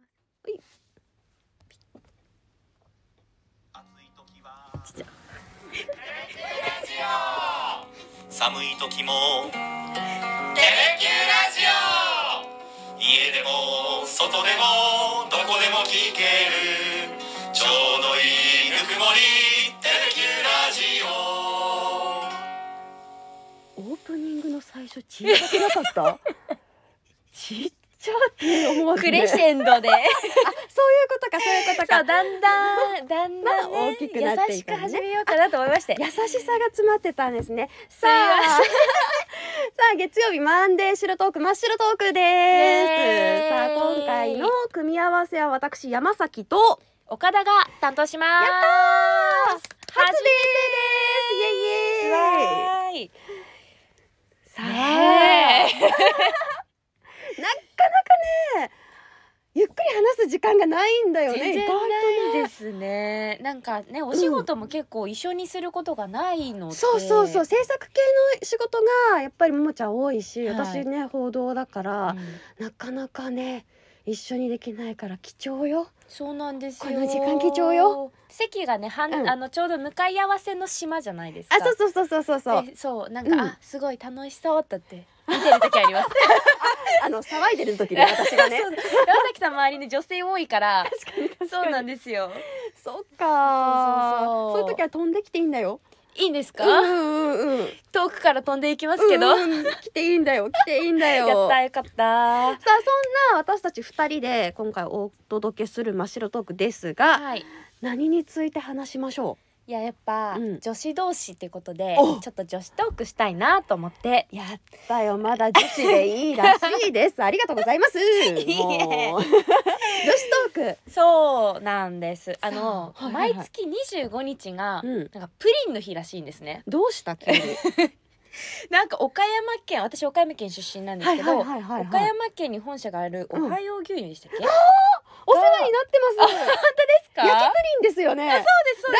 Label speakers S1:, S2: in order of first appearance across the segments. S1: 暑い
S2: おい
S1: 時は
S2: ちっちゃ
S1: 寒い時もテレキュラジオ家でも外でもどこでも聞けるちょうどいいぬくもりテレキュラジオ
S2: オープニングの最初ちっちゃくなかった ちっちゃって思わず、ね、
S3: クレッシェンドで
S2: そういうことかそういうこと
S3: そう
S2: か
S3: だんだんだんだん、
S2: ま
S3: ね、
S2: あ大きくなって
S3: 優
S2: い
S3: し
S2: く
S3: く
S2: ね
S3: 始めようかなと思いまして
S2: 優しさが詰まってたんですねさあさあ月曜日マンデー白トーク真っ白トークで
S3: エ
S2: す
S3: ーイ
S2: さあ今回の組み合わせは私山崎と
S3: 岡田が担当しま
S2: や
S3: す
S2: ったー初
S3: 初
S2: デートですイエイイエイ
S3: わーい
S2: さあ、
S3: ねえ
S2: なかなかねゆっくり話す時間がないんだよね
S3: 全
S2: 意
S3: 然
S2: 外と
S3: ない
S2: ね
S3: ですねなんかねお仕事も結構一緒にすることがないので、
S2: そうそうそう、制作系の仕事がやっぱりももちゃん多いし、
S3: はい
S2: 私ね報道だから
S3: う、ん
S2: なかなかね一緒にできないから貴重よ
S3: そうなんですよ
S2: この時間貴重よ
S3: 席がねはん、
S2: うん
S3: あのちょうど向かい合わせの島じゃないですか
S2: あそうそうそうそうそうそう
S3: でそうなんか、
S2: うん
S3: あすごい楽しそう だって見てる時あります
S2: あの騒いでる時 ね私がね
S3: そう山崎さん周りに女性多いからそうなんですよ
S2: そっかー
S3: そうそうそう
S2: いう時は飛んできていいんだよ
S3: いいんですか、
S2: うんうんうん
S3: 遠くから飛んでいきますけど、
S2: うんうん来ていいんだよ来ていいん だよ
S3: やったよかった
S2: さあそんな私たち2人で今回お届けする真っ白トークですが、
S3: はい
S2: 何について話しましょ
S3: いややっぱ、
S2: うん
S3: 女子同士ってことで
S2: お
S3: ちょっと女子トークしたいなと思って
S2: うやったよまだ女子でいいらしいですありがとう ございます
S3: え
S2: もう女子トーク
S3: そうなんですあの、
S2: そうはいはいはい
S3: 毎月25日が、
S2: うん
S3: なんかプリンの日らしいんですね
S2: どうした急に
S3: なんか岡山県私岡山県出身なんですけど、
S2: いは
S3: 岡山県に本社があるおはよう牛乳でしたっけ、で
S2: お世話になってます
S3: す
S2: 焼きプ
S3: か
S2: リンですよね
S3: そうですそう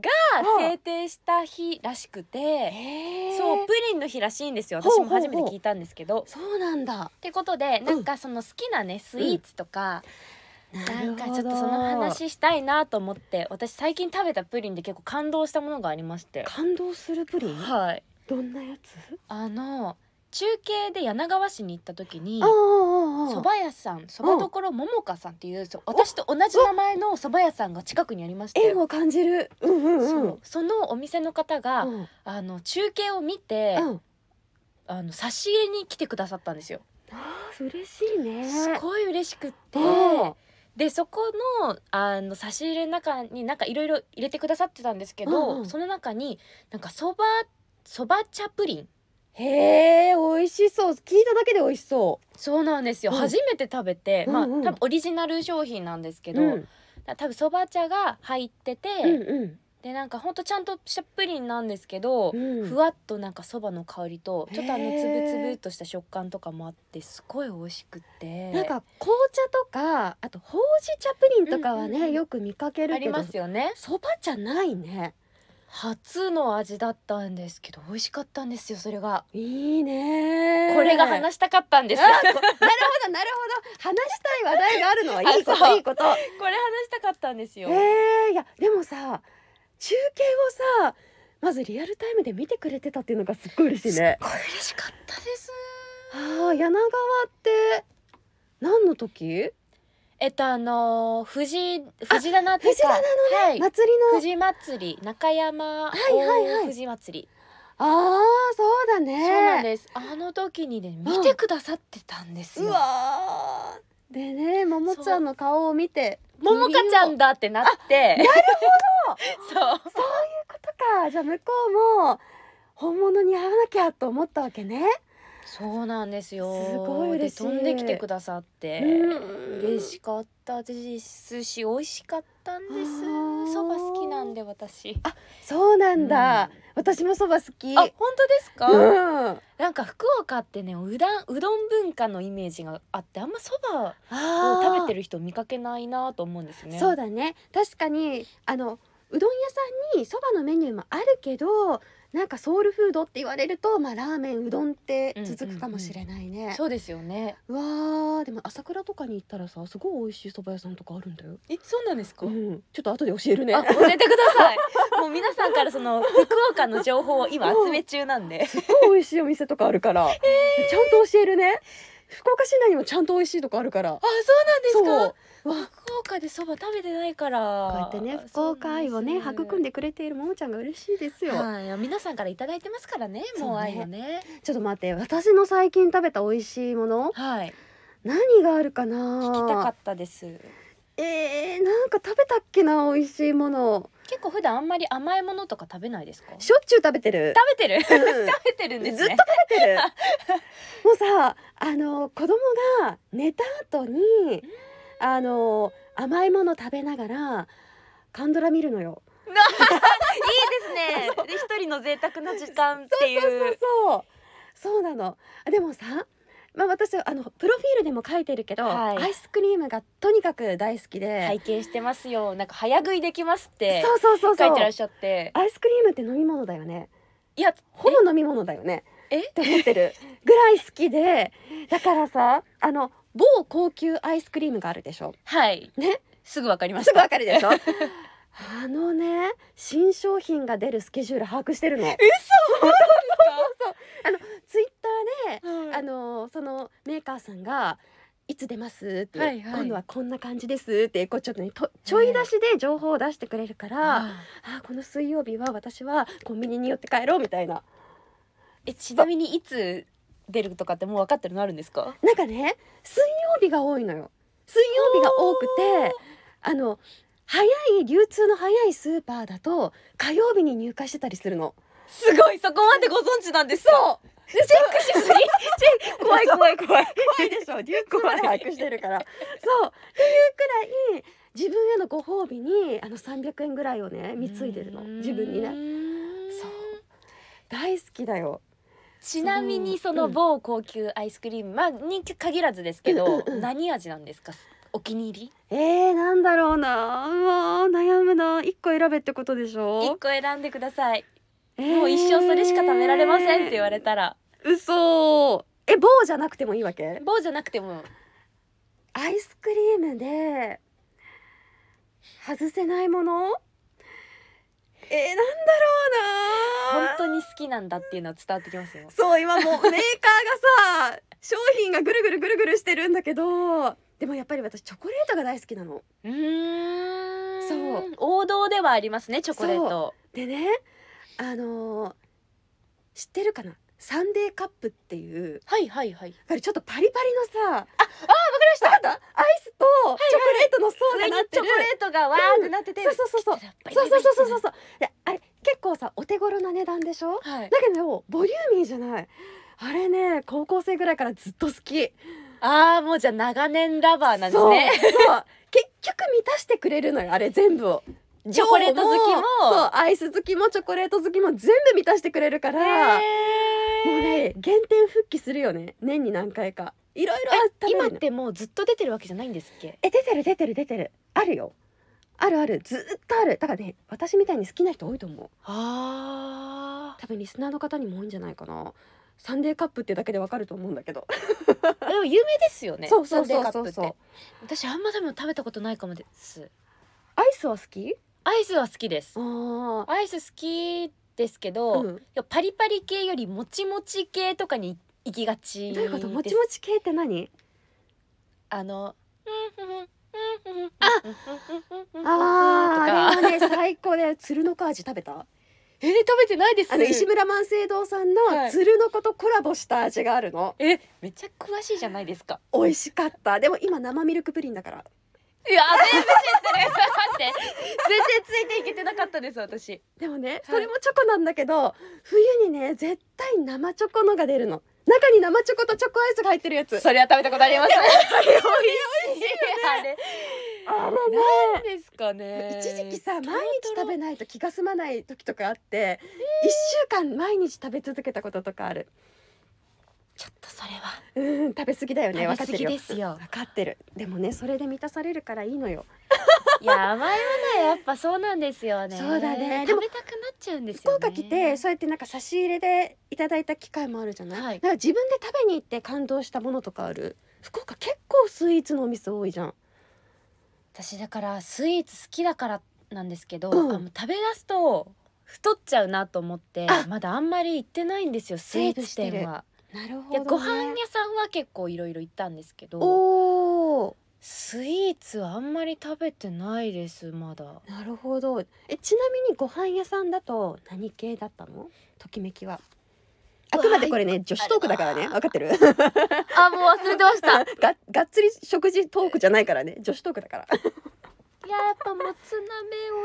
S3: です
S2: です
S3: が
S2: うん
S3: 制定した日らしくて、
S2: へ
S3: そうプリンの日らしいんですよ
S2: ほう
S3: 私
S2: ほう
S3: も初めて聞いたんですけど
S2: そうなんだ
S3: ってことでなんかその好きなね、スイーツとか、なんかちょっとその話したいなと思って私最近食べたプリンで結構感動したものがありまして
S2: 感動するプリン
S3: はい
S2: どんなやつ
S3: あの中継で柳川市に行った時に
S2: ああ
S3: そば屋さんそばどころももかさんっていうそう私と同じ名前のそば屋さんが近くにありまして
S2: 縁を感じるうんうんうん
S3: そうそのお店の方が、
S2: うん
S3: あの中継を見て、
S2: うん
S3: あの差し入れに来てくださったんですよ。
S2: あー嬉しいね
S3: すごい嬉しくって、
S2: うん
S3: でそこのあの差し入れの中になんかいろいろ入れてくださってたんですけど、
S2: うんうん
S3: その中になんかそばそば茶プリン
S2: へえ美味しそう聞いただけで美味しそ
S3: そうなんですよ、
S2: うん
S3: 初めて食べて、まあ
S2: うんうん
S3: 多分オリジナル商品なんです
S2: う
S3: けど、
S2: うん
S3: だ多分そば茶が入ってて、
S2: うん
S3: でなんかほんとちゃんとしたプリンなんですけど、
S2: うん
S3: ふわっとなんかそばの香りとちょっとあの
S2: へ
S3: つ
S2: ー
S3: ぶつぶっとした食感とかもあってすごい美味しくて
S2: なんか紅茶とかあとほうじ茶プリンとかはね、
S3: うんうんうん
S2: よく見かけ
S3: あ
S2: る
S3: り
S2: けど
S3: ますよね
S2: そば茶ないね
S3: 初の味だったんですけど美味しかったんですよそれが、
S2: いいね
S3: これが話したかったんです
S2: あ
S3: こ
S2: なるほどなるほど話したい話題があるのはいいこ
S3: あそ
S2: と
S3: う
S2: いいこと
S3: れ話したかったんです
S2: え
S3: よ、
S2: ー、いやでもさ中継をさまずリアルタイムで見てくれてたっていうのがすっごい嬉しいね
S3: これ嬉しかったです
S2: ああ柳川って何の時
S3: えっとあのー、藤井藤棚っていうか
S2: 藤棚
S3: はい、
S2: 祭りの
S3: 藤祭り中山
S2: いはいはい
S3: 大藤祭り、
S2: ああそうだね
S3: そうなんですあの時にね見てくださってたんです
S2: う
S3: よ、
S2: わーでねももちゃんの顔を見て
S3: ももかちゃんだってなってなるほど そう
S2: そういうことかじゃあ向こうも本物に会わなきゃと思ったわけね、
S3: そうなんですよ
S2: すごい嬉しい
S3: で飛んできてくださって、嬉しかったですし美味しかったんで
S2: あー
S3: すそば好きなんで私
S2: そうなんだ、私もそば好き
S3: あ本当ですか、
S2: うん
S3: なんか福岡ってねうだんうどん文化のイメージがあってあんまそばを
S2: あ
S3: 食べ
S2: る
S3: てる人見かけないなと思うんですね
S2: そうだね確かにあのうどん屋さんにそばのメニューもあるけどなんかソウルフードって言われると、まあ、ラーメンうどんって続くかもしれないね、
S3: そうですよね
S2: うわーでも朝倉とかに行ったらさすごい美味しい蕎麦屋さんとかあるんだよ、
S3: えそうなんですか、
S2: うん、ちょっと後で教えるね
S3: あ教えてくだ さいもう皆さんからその福岡の情報を今集め中なんで
S2: すっごい美味しいお店とかあるから、ちゃんと教えるね福岡市内にもちゃんと美味しいとこあるから
S3: あそうなんですか
S2: そうわ
S3: 福岡でそば食べてないから
S2: こうやってね福岡愛をね育ん
S3: で
S2: でくれているももちゃんが嬉しいですよ、
S3: はい皆さんからいただいてますからねもう愛をね
S2: ちょっと待って私の最近食べた美味しいもの
S3: はい
S2: 何があるかな
S3: 聞きたかったです
S2: えー、なんか食べたっけな美味しいもの
S3: 結構普段あんまり甘いものとか食べないですか食
S2: しょっちゅう食べてる
S3: べてる
S2: うん
S3: 食べてるんです
S2: ずっと
S3: ね
S2: 食べてるもうさあの子供が寝た後にあの甘いもの食べながらカンドラ見るのよ
S3: いい ですねで一人の贅沢な時間ってい
S2: そうそう
S3: う
S2: そうそうなのあでもさまあ私はあのプロフィールでも書いてるけど、
S3: はい
S2: アイスクリームがとにかく大好きで、
S3: 拝見してますよなんか早食いできますって
S2: そうそうそうそう
S3: 書いてらっしゃって
S2: アイスクリームって飲み物だよね
S3: いや
S2: ほぼ飲み物だよね
S3: え
S2: って思ってるぐらい好きでだからさあの某高級アイスクリームがあるでしょ
S3: はい
S2: ね
S3: すぐわかりまし
S2: すぐ
S3: た
S2: わかるでしょ あのね新商品が出るスケジュール把握してるのツイッターで
S3: うん
S2: あのそのメーカーさんがいつ出ますって、
S3: はいはい
S2: 今度はこんな感じですってこうちょっとねとちょい出しで情報を出してくれるから、
S3: あ
S2: あこの水曜日は私はコンビニに寄って帰ろうみたいな
S3: えちなみにいつ出るとかってもう分かってるのあるんですか
S2: なんかね水曜日が多いのよ水曜日が多くてあの早い流通の早いスーパーだと火曜日に入荷してたりするの
S3: すごいそこまでご存知なんです
S2: そう
S3: チェックし すぎチェック怖い怖い怖い
S2: 怖いで しょ流行まで把握してるからそうっていうくらい自分へのご褒美にあの300円ぐらいをね貢いでるの自分に
S3: う
S2: ね
S3: ーん
S2: そう大好きだよ
S3: ちなみに
S2: そう
S3: その某高級アイスクリーム、まあ人気限らずですけど、何味なんですかお気に入り
S2: えー、なんだろうなうわー悩むな一個選べってことでし
S3: 一
S2: ょ
S3: 個選んでください、
S2: え
S3: もう一生それしか食べられませんって言われたら
S2: 嘘え棒じゃなくてもいいわけ
S3: 棒じゃなくても
S2: アイスクリームで外せないものえー、なんだろう
S3: 本
S2: な
S3: 当に好きなんだっていうのは伝わってきますよ
S2: そう今もうメーカーがさ商品がぐるぐるぐるぐるしてるんだけどでもやっぱり私チョコレートが大好きなの
S3: うーん
S2: そう
S3: 王道ではありますねチョコレート
S2: でねあのー知ってるかなサンデーカップっていう
S3: はいはいはい
S2: これちょっとパリパリのさああわかりましたアイスとチョコレートの層がなって
S3: チョ
S2: る、
S3: コレートがわーってなってて、
S2: うんそうそうそうそうそうそうそうそうであれ結構さお手頃な値段でしょ
S3: うはい
S2: だけどボリューミーじゃないあれね高校生ぐらいからずっと好き
S3: ああもうじゃあ長年ラバーなんです
S2: そう
S3: ね
S2: そう結局満たしてくれるのよあれ全部を
S3: チョコレート好きも
S2: そうアイス好きもチョコレート好きも全部満たしてくれるか
S3: へ
S2: らも
S3: ー
S2: うね原点復帰するよね年に何回かいろいろ食べるの
S3: 今ってもうずっと出てるわけじゃないんですっけ
S2: え出てる出てる出てるあるよあるあるずーっとあるだからね私みたいに好きな人多いと思う
S3: あ
S2: 多分リスナーの方にも多いんじゃないかなサンデーカップってだけでわかると思うんだけど、
S3: でも有名ですよね
S2: そうそうそう
S3: サンデーカ
S2: そ
S3: ップ
S2: う
S3: っ
S2: そう
S3: て私あんま多分食べたことないかもです
S2: アイスは好き
S3: アイスは好きです
S2: あ
S3: アイス好きですけ
S2: あ
S3: ど、
S2: う
S3: い
S2: ん
S3: やパリパリ系よりもちもち系とかに行きがち
S2: どういうこと
S3: です
S2: もちもち系って何
S3: あの
S2: あ
S3: あ
S2: ああ
S3: とか
S2: れはね最高で鶴の子味食べた
S3: えー、食べてないです
S2: あの石村万世堂さんの
S3: はい
S2: 鶴の子とコラボした味があるの、
S3: えめっちゃ詳しいじゃないですか
S2: 美味しかったでも今生ミルクプリンだから
S3: いや全部知ってる待って全然ついていけてなかったです私
S2: でもね、それもチョコなんだけど冬にね絶対生チョコのが出るの中に生チョコとチョコアイスが入ってるやつ
S3: それは食べたことあります
S2: あれ
S3: 美味しいあれなんですかね
S2: 一時期さ毎日食べないと気が済まない時とかあって一週間毎日食べ続けたこととかある
S3: ちょっとそれは
S2: うん食べ過ぎだよね分かっ
S3: 食
S2: てる
S3: べ過ぎ
S2: よ
S3: ですよ
S2: 分かってるでもねそれで満たされるからいいのよ
S3: いや甘いものはやっぱそうなんですよね
S2: そうだねで
S3: 食
S2: も
S3: べたくなっちゃうんです
S2: 福
S3: よね
S2: 岡来てそうやってなんか差し入れでいただいた機会もあるじゃない、
S3: はい
S2: なんか自分で食べに行って感動したものとかある福岡結構スイーツのお店多いじゃん
S3: 私だからスイーツ好きだからなんですけど、
S2: うん
S3: あの食べ出すと太っちゃうなと思って
S2: あ
S3: まだあんまり行ってないんですよスイーツ
S2: セーブして
S3: 店
S2: る
S3: は。
S2: なるほ
S3: いやご
S2: ご
S3: 飯
S2: 飯
S3: 屋さんは結構いろいろ行ったんですけど
S2: おお
S3: スイーツはあんまり食べてないですまだ。
S2: なるほどえちなみにご飯屋さんだと何系だったのときめきはあくまでこれね女子トークだからね分かってる
S3: あもう忘れてました。い や
S2: ががっつり食事トークじゃないからね女子トークだから
S3: やっぱもつ鍋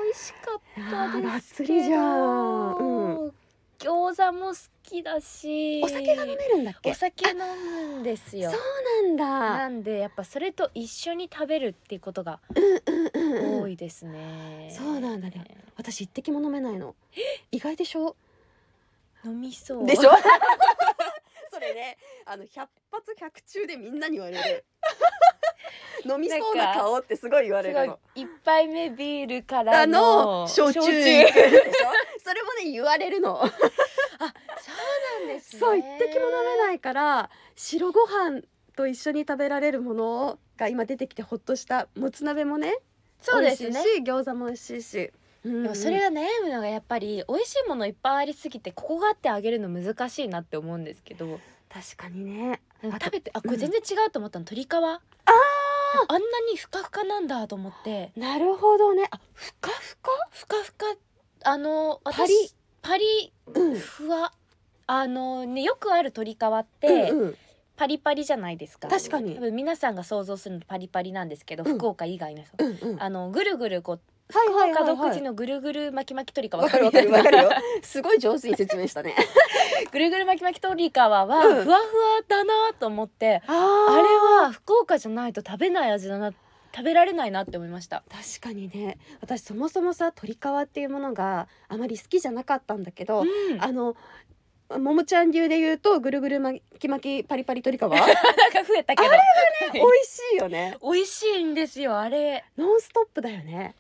S3: 美味しかった
S2: が
S3: で
S2: っ
S3: す
S2: つ
S3: けど。
S2: りじゃん、うん、
S3: 餃子も好きだし。
S2: お酒が飲めるんだっけ
S3: お酒飲むんですよ。
S2: そうな
S3: なん
S2: だ
S3: んでやっぱそれと一緒に食べるっていうことが
S2: うんうん
S3: 多いですね。
S2: そうなんだね。私一滴も飲めないの意外でしょ
S3: 飲みそう。
S2: でしょ それねあの100発100中でみんなに言われ る飲みそうな顔ってすごい言わ
S3: す
S2: れ
S3: ご
S2: る
S3: い
S2: の
S3: 一杯目ビールか
S2: あ
S3: ら
S2: の
S3: の
S2: 焼酎
S3: 焼酎
S2: いけるでしょそれもね言われるの
S3: そうなんですね。
S2: そう一滴も飲め
S3: い。
S2: ないから白ご飯と一緒に食べられるものが今出てきてほっとしたもつ鍋もね
S3: そうですね
S2: 美。味しいし餃子も美味しいし、うん
S3: でもそれが悩むのがやっぱり美味しいものいっぱいありすぎてここがあってあげるの難しいなって思うんですけど
S2: 確かにね
S3: なんか
S2: あと
S3: 食べてあ
S2: うん
S3: これ全然違うと思ったの鶏皮ああんなにふかふかなんだと思って
S2: なるほどねあ
S3: ふかふかふかふかあの私
S2: パリ
S3: パリ
S2: うん
S3: ふわあのねよくある鶏皮って、
S2: うんうん
S3: パリパリじゃないですか
S2: 確かに
S3: 多分皆さんが想像するのパリパリなんですけど、
S2: うん
S3: 福岡以外の人
S2: うんうん
S3: あのぐるぐるこう
S2: はい
S3: 福
S2: はいは
S3: 岡
S2: いはい
S3: 独自のぐるぐる巻き巻きトリカ
S2: わかるわかるわ
S3: わ
S2: か
S3: か
S2: る
S3: る
S2: よ。すごい上手に説明したね。
S3: ぐるぐる巻き巻きトリカワはふ
S2: うん
S3: わふわだなと思って、
S2: あ
S3: あれ
S2: れ
S3: は福岡じゃないと食べない味だな食べられないなって思いました
S2: 確かにね。私そもそもさ鶏皮っていうものがあまり好きじゃなかったんだけど、
S3: うん
S2: あの。ももちゃん流で言うとぐるぐる巻き巻きパリパリ鶏皮美
S3: なんか増えたけど
S2: 味しいよね
S3: 美味しいんですよあれ
S2: ノンストップだよね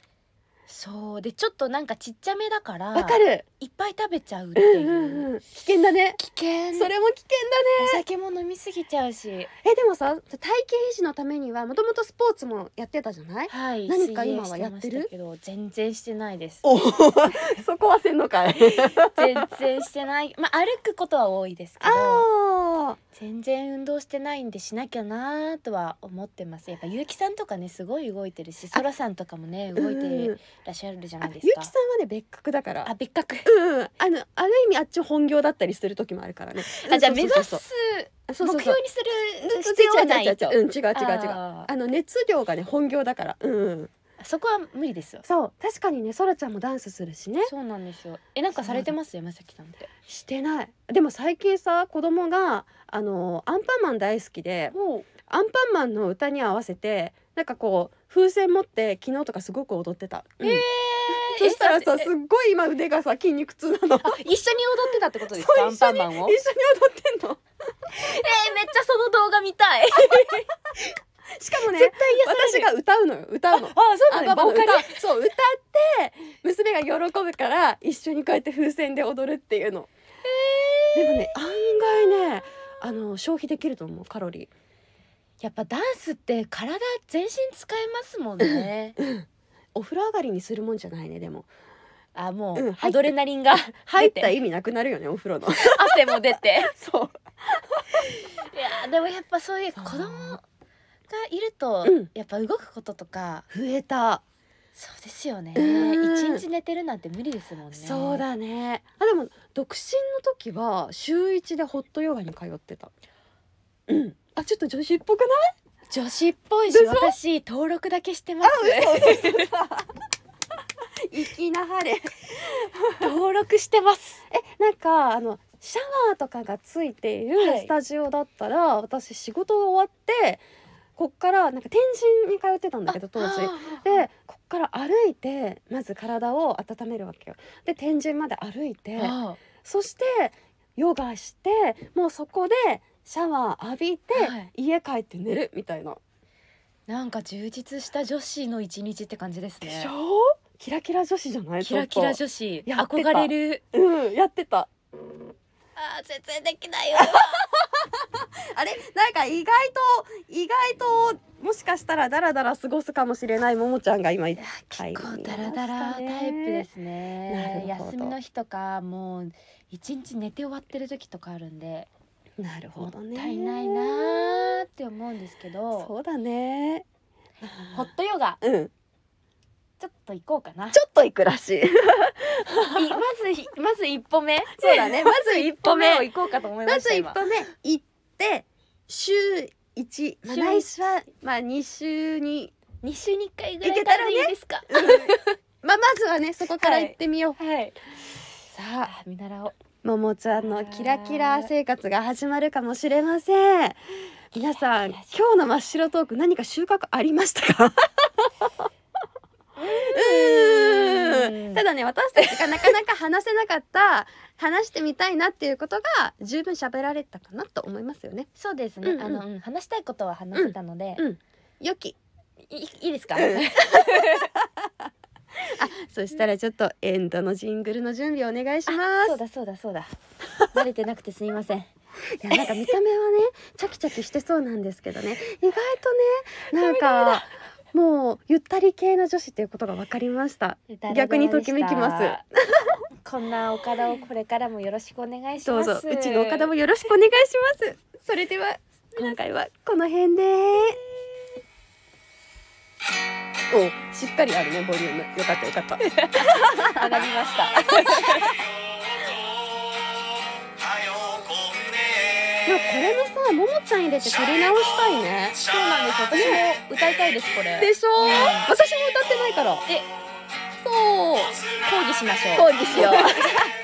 S3: そうでちょっとなんかちっちゃめだから
S2: わかる
S3: いっぱい食べちゃうって
S2: う
S3: い
S2: んう
S3: う、
S2: んうん危険だね
S3: 危険
S2: それも危険だね
S3: お酒も飲みすぎちゃうし
S2: えでもさ体型維持のためにはもともとスポーツもやってたじゃない
S3: はい
S2: 何か
S3: 水泳
S2: 今はやってる
S3: してましたけど全然してないです
S2: お そこはせんのかい
S3: 全然してないまあ歩くことは多いですけど
S2: ああ
S3: 全然運動してないんでしなきゃなーとは思ってますやっぱ結城さんとかねすごい動いてるしそらさんとかもね動いてらっしゃるじゃ
S2: あ
S3: ないで
S2: ゆき
S3: すか
S2: さんはね別格だから
S3: あ別格
S2: うんうんあのある意味あっち本業だったりする時もあるからね
S3: あじゃあ目
S2: そう
S3: 指
S2: そう
S3: す
S2: そうそうそう
S3: 目
S2: そう
S3: 標にする
S2: ずっ
S3: 必要
S2: と違
S3: は
S2: う
S3: ないと
S2: 違う違ううん違う違う違うあ
S3: あー
S2: の熱量がね本業だからうんうん
S3: そこは無理ですよ
S2: そう確かにねそらちゃんもダンスするしね
S3: そうなんですよえなんかされてます山崎さんって
S2: してないでも最近さ子供があのアンパンマン大好きでアンパンマンの歌に合わせてなんかこう風船持って昨日とかすごく踊ってた、うん
S3: え ー
S2: そしたらさ
S3: え
S2: すっごい今腕がさ筋肉痛 なの
S3: あ一緒に踊ってたってことですか
S2: そう
S3: アンパンマン
S2: 一緒
S3: を
S2: に踊ってんの
S3: えーめっちゃその動画見たい
S2: しかもね
S3: 絶対癒さ
S2: 私
S3: れる
S2: が歌うのよ歌うの
S3: あそう
S2: あ
S3: なんだ
S2: パパ
S3: ボ
S2: も
S3: ーカ
S2: 歌
S3: ル
S2: そう歌って娘が喜ぶから一緒にこうやって風船で踊るっていうの、でもね案外ねあの消費できると思うカロリ
S3: やっぱダンスって体全身使えますもんね。
S2: ーお風呂上がりにするもんじゃないねでも
S3: あも
S2: うん入っ
S3: う
S2: て
S3: アドレナリンが
S2: 入
S3: 入
S2: っ
S3: ったた
S2: 意味なくなるよねお風 呂の
S3: 汗も出て。
S2: そ
S3: いやでもやっぱそういう
S2: そ
S3: 子
S2: う
S3: 供がいると
S2: うん
S3: やっぱ動くこととか
S2: う増えた、
S3: そうですよね。一
S2: うん
S3: 日寝てるなんて無理ですもんね。
S2: そう。だねあでも独身の時は週一でホットヨガに通ってたうんあちょっと女子っぽくない
S3: 女子っぽい
S2: で
S3: し
S2: しょ
S3: 私登録だけしてます。
S2: 粋な晴れ
S3: 登録してます。
S2: なんかあのシャワーとかがついている
S3: はい
S2: スタジオだったら、私仕事が終わってこっからなんか天神に通ってたんだけど当時。でこっから歩いてまず体を温めるわけよ。で天神まで歩いて
S3: あ
S2: そしてヨガしてもうそこでシャワー浴びて、
S3: はい
S2: 家帰って寝るみたいな。
S3: なんか充実した女子の一日って感じです
S2: でし
S3: ね
S2: ょキラキラ女子じゃない
S3: キラキラ
S2: ちょ
S3: 女子
S2: やって
S3: 憧
S2: た
S3: れる
S2: っとうんやってた
S3: あー全然できないよ
S2: あれなんか意外と意外ともしかしたらダラダラ過ごすかもしれないももちゃんが今言っ
S3: 結構ダラダラタイプですね
S2: なるほど
S3: 休みの日とかもう一日寝て終わってる時とかあるんで
S2: なる
S3: も
S2: ほ
S3: った
S2: どね
S3: いないなーって思うんですけど
S2: そうだね
S3: ホットヨガ
S2: うん
S3: ちょっと行こうか な
S2: ちょっと行くらしい
S3: いまずひまず一歩目
S2: そうだねまず一歩目
S3: を行こうかと思いま
S2: ま
S3: した
S2: ず一
S3: 今
S2: 歩目行って週一、まあ、
S3: 週
S2: 来週はまあ二週に
S3: 二週に一回ぐらいからでいいですか
S2: まあまずはねそこから
S3: はい
S2: 行ってみよう、
S3: はい
S2: さあ
S3: あ見習おう
S2: ももちゃんのキラキラ生活が始まるかもしれません皆さん今日の真っ白トーク何か収穫ありましたかうーんただね私たちがなかなか話せなかった話してみたいなっていうことが十分喋られたかなと思いますよね
S3: そうですね、
S2: うんうん
S3: あの、うん話したいことは話せたので、
S2: うん良き
S3: いいいですか、
S2: うんそしたらちょっとエンドのジングルの準備お願いしま
S3: そう
S2: す
S3: だそうだそうだ慣れてなくてすみません
S2: いやなんか見た目はねチャキチャキしてそうなんですけどね意外とねなんかもうゆったり系の女子っていうことが分かりました逆にときめきます
S3: す こんな岡田をこれからもよろしくお願いし
S2: ど
S3: ま
S2: う
S3: す
S2: ぞうちの岡田もよろしくお願いしますそれでは今回はこの辺でおしっかりあるねボリュームよかったよかった
S3: 学び ました
S1: ようこはよこん
S2: でもこ
S1: ね
S2: れもさももちゃん入れて撮り直したいね
S3: そうなんです私も歌いたいですこれ
S2: でしょ、
S3: ん
S2: 私も歌ってないから
S3: え
S2: そう
S3: 抗議しましょ
S2: 抗
S3: う
S2: 議しよう